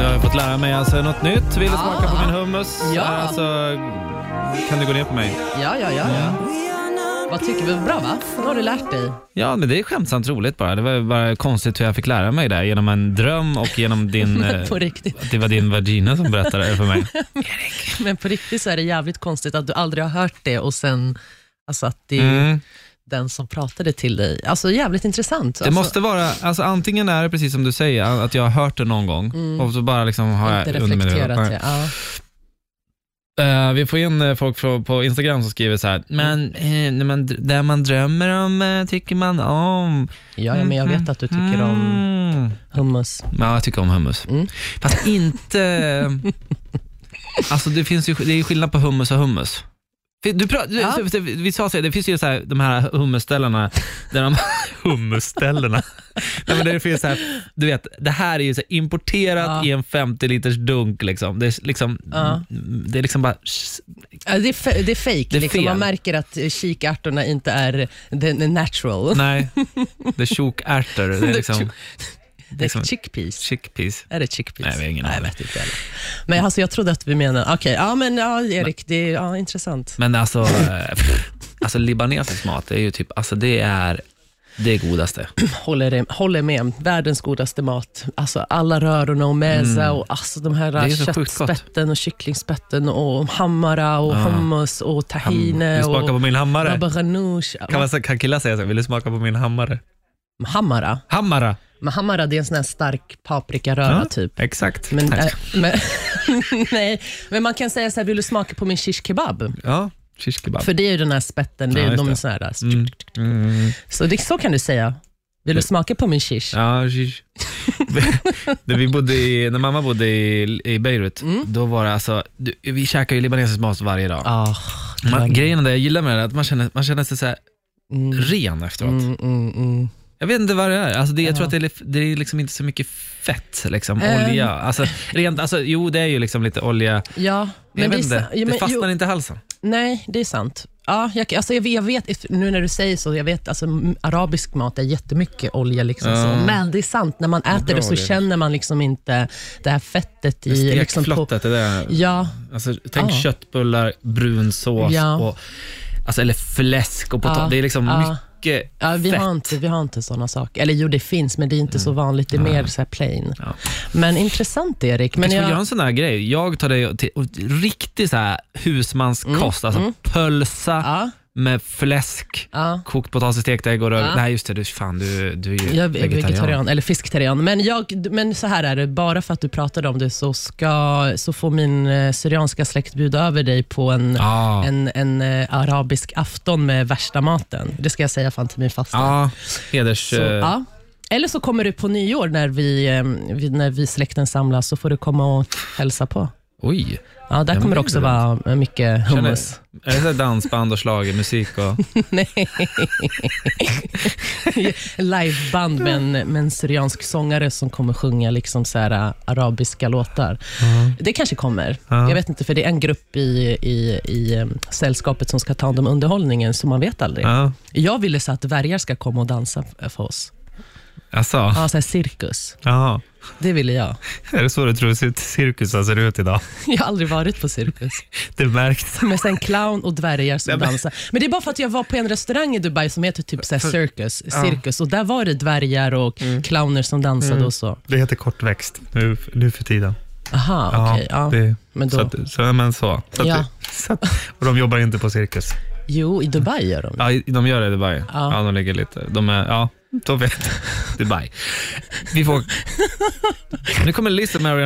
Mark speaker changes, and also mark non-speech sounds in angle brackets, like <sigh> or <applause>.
Speaker 1: eh, fått lära mig alltså något nytt. Vill du smaka på min hummus?
Speaker 2: Ah. Ja.
Speaker 1: Eh, så kan du gå ner på mig.
Speaker 2: Ja, ja, ja. ja. Vad tycker vi? Bra va? Nu har du lärt dig.
Speaker 1: Ja, men det är skämtsamt roligt bara. Det var bara konstigt hur jag fick lära mig det här, genom en dröm och genom
Speaker 2: <laughs>
Speaker 1: din...
Speaker 2: Men
Speaker 1: eh,
Speaker 2: på riktigt.
Speaker 1: att det var din vagina som berättade det för mig.
Speaker 2: <laughs> <laughs> Men på riktigt så är det jävligt konstigt att du aldrig har hört det och sen alltså att det är ju
Speaker 1: Mm.
Speaker 2: den som pratade till dig. Alltså jävligt intressant.
Speaker 1: Det
Speaker 2: alltså,
Speaker 1: måste vara, alltså antingen är det precis som du säger, att jag har hört det någon gång och så bara liksom har jag
Speaker 2: Mm. inte
Speaker 1: undermedvetet- Nej.
Speaker 2: reflekterat det. Ja.
Speaker 1: Eh, vi får in eh, folk från, på Instagram som skriver så här, men eh, när man, dr- det man drömmer om eh, tycker man om.
Speaker 2: Ja, ja, men jag vet att du tycker om
Speaker 1: Mm.
Speaker 2: hummus.
Speaker 1: Ja, jag tycker om hummus.
Speaker 2: Mm.
Speaker 1: Fast inte...
Speaker 2: <laughs>
Speaker 1: alltså det, finns ju, det är skillnad på hummus och hummus. Fi- Du pra, du,
Speaker 2: Ja.
Speaker 1: så- Vi sa så här, det finns ju så här, de här hummusställena, där
Speaker 2: <laughs>
Speaker 1: de, hummusställena, Nej, men där det finns så här, du vet, det här är ju så här importerat
Speaker 2: Ja.
Speaker 1: i en 50 liters dunk liksom. Det är liksom,
Speaker 2: Ja.
Speaker 1: det är liksom bara, sh-
Speaker 2: Ja, det är, fe- det är fake.
Speaker 1: Det är
Speaker 2: liksom. Man
Speaker 1: fel.
Speaker 2: märker att eh, kikärtorna inte är the the natural.
Speaker 1: nej, det är tjokärtor,
Speaker 2: <laughs>
Speaker 1: det är liksom
Speaker 2: Det är
Speaker 1: liksom-
Speaker 2: chickpeas.
Speaker 1: chickpeas.
Speaker 2: Är det chickpeas?
Speaker 1: Nej, vi har ingen
Speaker 2: jag
Speaker 1: aning.
Speaker 2: vet inte heller. Men alltså, jag trodde att vi menade... Okej, ja, men ja, Erik, det är ja, intressant.
Speaker 1: Men alltså, eh, pff, alltså libanesisk mat, det är ju typ, alltså det är det godaste.
Speaker 2: Håller, det- håller med. Världens godaste mat. Alltså, alla rörorna och meza och alltså, de här
Speaker 1: Mm. är
Speaker 2: eh,
Speaker 1: så sjukt gott. Ah.
Speaker 2: köttspetten och kycklingspetten och hammara och hummus och tahine
Speaker 1: Vill du smaka på
Speaker 2: och
Speaker 1: min hammare?
Speaker 2: baba ganoush.
Speaker 1: Kan, man, sä- kan killar säga så? Vill du smaka på min hammare?
Speaker 2: Hammara?
Speaker 1: Hammara!
Speaker 2: Men hammara, det är en sån här stark paprikaröra
Speaker 1: Ah.
Speaker 2: typ.
Speaker 1: Exakt.
Speaker 2: Men,
Speaker 1: Nej, jag
Speaker 2: äh,
Speaker 1: ska-
Speaker 2: men, <laughs> nej, men man kan säga så här, vill du smaka på min shish kebab?
Speaker 1: ja, shish kebab.
Speaker 2: För det är ju den här spetten, det är
Speaker 1: Ja,
Speaker 2: ju
Speaker 1: just
Speaker 2: de
Speaker 1: det.
Speaker 2: sån här, alltså.
Speaker 1: Mm. Mm.
Speaker 2: så, det, så kan du säga. Vill du smaka på min shish?
Speaker 1: Ja,
Speaker 2: <laughs>
Speaker 1: shish. när, vi bodde i, när mamma bodde i, i Beirut,
Speaker 2: Mm.
Speaker 1: då var det alltså, du, vi käkar ju libanesisk mat varje dag.
Speaker 2: Ah,
Speaker 1: Man, grejen är det jag gillar med det är att man känner, man känner sig så här
Speaker 2: mm,
Speaker 1: ren efteråt.
Speaker 2: mm, mm, mm.
Speaker 1: Jag vet inte vad det är. Alltså det, jag
Speaker 2: Ja.
Speaker 1: tror att det är, li- det är liksom inte så mycket fett, liksom,
Speaker 2: Ehm.
Speaker 1: olja. Alltså, rent, alltså, jo, det är ju liksom lite olja.
Speaker 2: Ja,
Speaker 1: Jag vet
Speaker 2: men det, är
Speaker 1: inte,
Speaker 2: sa- ja,
Speaker 1: det
Speaker 2: men,
Speaker 1: fastnar
Speaker 2: jo,
Speaker 1: inte i halsen.
Speaker 2: Nej, det är sant. Ja, jag, alltså jag, vet- jag vet, nu när du säger så, jag vet alltså m- arabisk mat är jättemycket olja. Liksom,
Speaker 1: Ja.
Speaker 2: så. Men det är sant, när man äter
Speaker 1: bra
Speaker 2: det så
Speaker 1: det.
Speaker 2: känner man liksom inte det här fettet i... Liksom på,
Speaker 1: Stekflottet, det där.
Speaker 2: ja,
Speaker 1: Alltså, tänk
Speaker 2: Ja.
Speaker 1: köttbullar, brun sås,
Speaker 2: Ja.
Speaker 1: och, alltså, eller fläsk och potatis.
Speaker 2: Ja.
Speaker 1: Det är liksom
Speaker 2: Ja.
Speaker 1: mycket
Speaker 2: Ja, vi,
Speaker 1: fett. Mm.
Speaker 2: har inte, vi har inte såna saker. Eller jo, det finns, men det är inte så vanligt. Det är mer så här plain.
Speaker 1: Ja.
Speaker 2: Men intressant, Erik. Men
Speaker 1: Men jag ska göra
Speaker 2: jag,
Speaker 1: en sån här grej. Jag tar dig till och, riktig så här husmanskost. Alltså pölsa
Speaker 2: Mm. ja,
Speaker 1: med fläsk,
Speaker 2: ja,
Speaker 1: kokt potatis, stekt ägg och röv.
Speaker 2: Ja.
Speaker 1: Nej just det, du, fan du, du är ju
Speaker 2: jag är
Speaker 1: vegetarian.
Speaker 2: vegetarian. eller fiskterian. Men, jag, men så här är det, bara för att du pratade om det så, ska, så får min eh, syrianska släkt bjuda över dig på en,
Speaker 1: Ah.
Speaker 2: en, en eh, arabisk afton med värsta maten. Det ska jag säga fan till min fasta.
Speaker 1: Ja, heders...
Speaker 2: Så,
Speaker 1: eh,
Speaker 2: ja. Eller så kommer du på nyår när vi, eh, vi, när vi släkten samlas, så får du komma och hälsa på.
Speaker 1: Oj.
Speaker 2: Ja, där
Speaker 1: men
Speaker 2: kommer
Speaker 1: det är
Speaker 2: det också
Speaker 1: bra.
Speaker 2: vara eh, mycket
Speaker 1: Känner-
Speaker 2: hummus.
Speaker 1: Är det så här dansband och schlagermusik?
Speaker 2: <laughs>
Speaker 1: Och...
Speaker 2: Nej. Liveband med en, med en syriansk sångare som kommer sjunga liksom så här, ä, arabiska låtar. Det kanske kommer.
Speaker 1: Ja.
Speaker 2: Jag vet inte, för det är en grupp i, i, i äm, sällskapet som ska ta hand om underhållningen, så man vet aldrig.
Speaker 1: Ja.
Speaker 2: Jag ville så att värjar ska komma och dansa f- för oss.
Speaker 1: Alltså,
Speaker 2: Ja, så här cirkus.
Speaker 1: jaha.
Speaker 2: Det ville jag. <laughs>
Speaker 1: Är det så du tror cirkusar ser ut idag?
Speaker 2: Jag har aldrig varit
Speaker 1: <laughs>
Speaker 2: på cirkus.
Speaker 1: Det märks.
Speaker 2: Men sen clown och dvärgar som
Speaker 1: Nej, men-
Speaker 2: dansar. Men det är bara för att jag var på en restaurang i Dubai som heter typ såhär circus,
Speaker 1: Ja. Mm.
Speaker 2: cirkus och där var det dvärgar och clowner som dansade och så.
Speaker 1: Det heter kortväxt nu, nu för tiden.
Speaker 2: Aha, okej. ja.
Speaker 1: det,
Speaker 2: Men då,
Speaker 1: så att, så, men så. Så att,
Speaker 2: Ja.
Speaker 1: så att, och de jobbar inte på cirkus.
Speaker 2: jo, i Dubai gör de det.
Speaker 1: Ja, i- de gör det i Dubai.
Speaker 2: Ja.
Speaker 1: Ja. de ligger lite... De är, <laughs>
Speaker 2: <laughs>
Speaker 1: ja, de vet. Dubai. Vi får... Nu kommer Lizzie Marian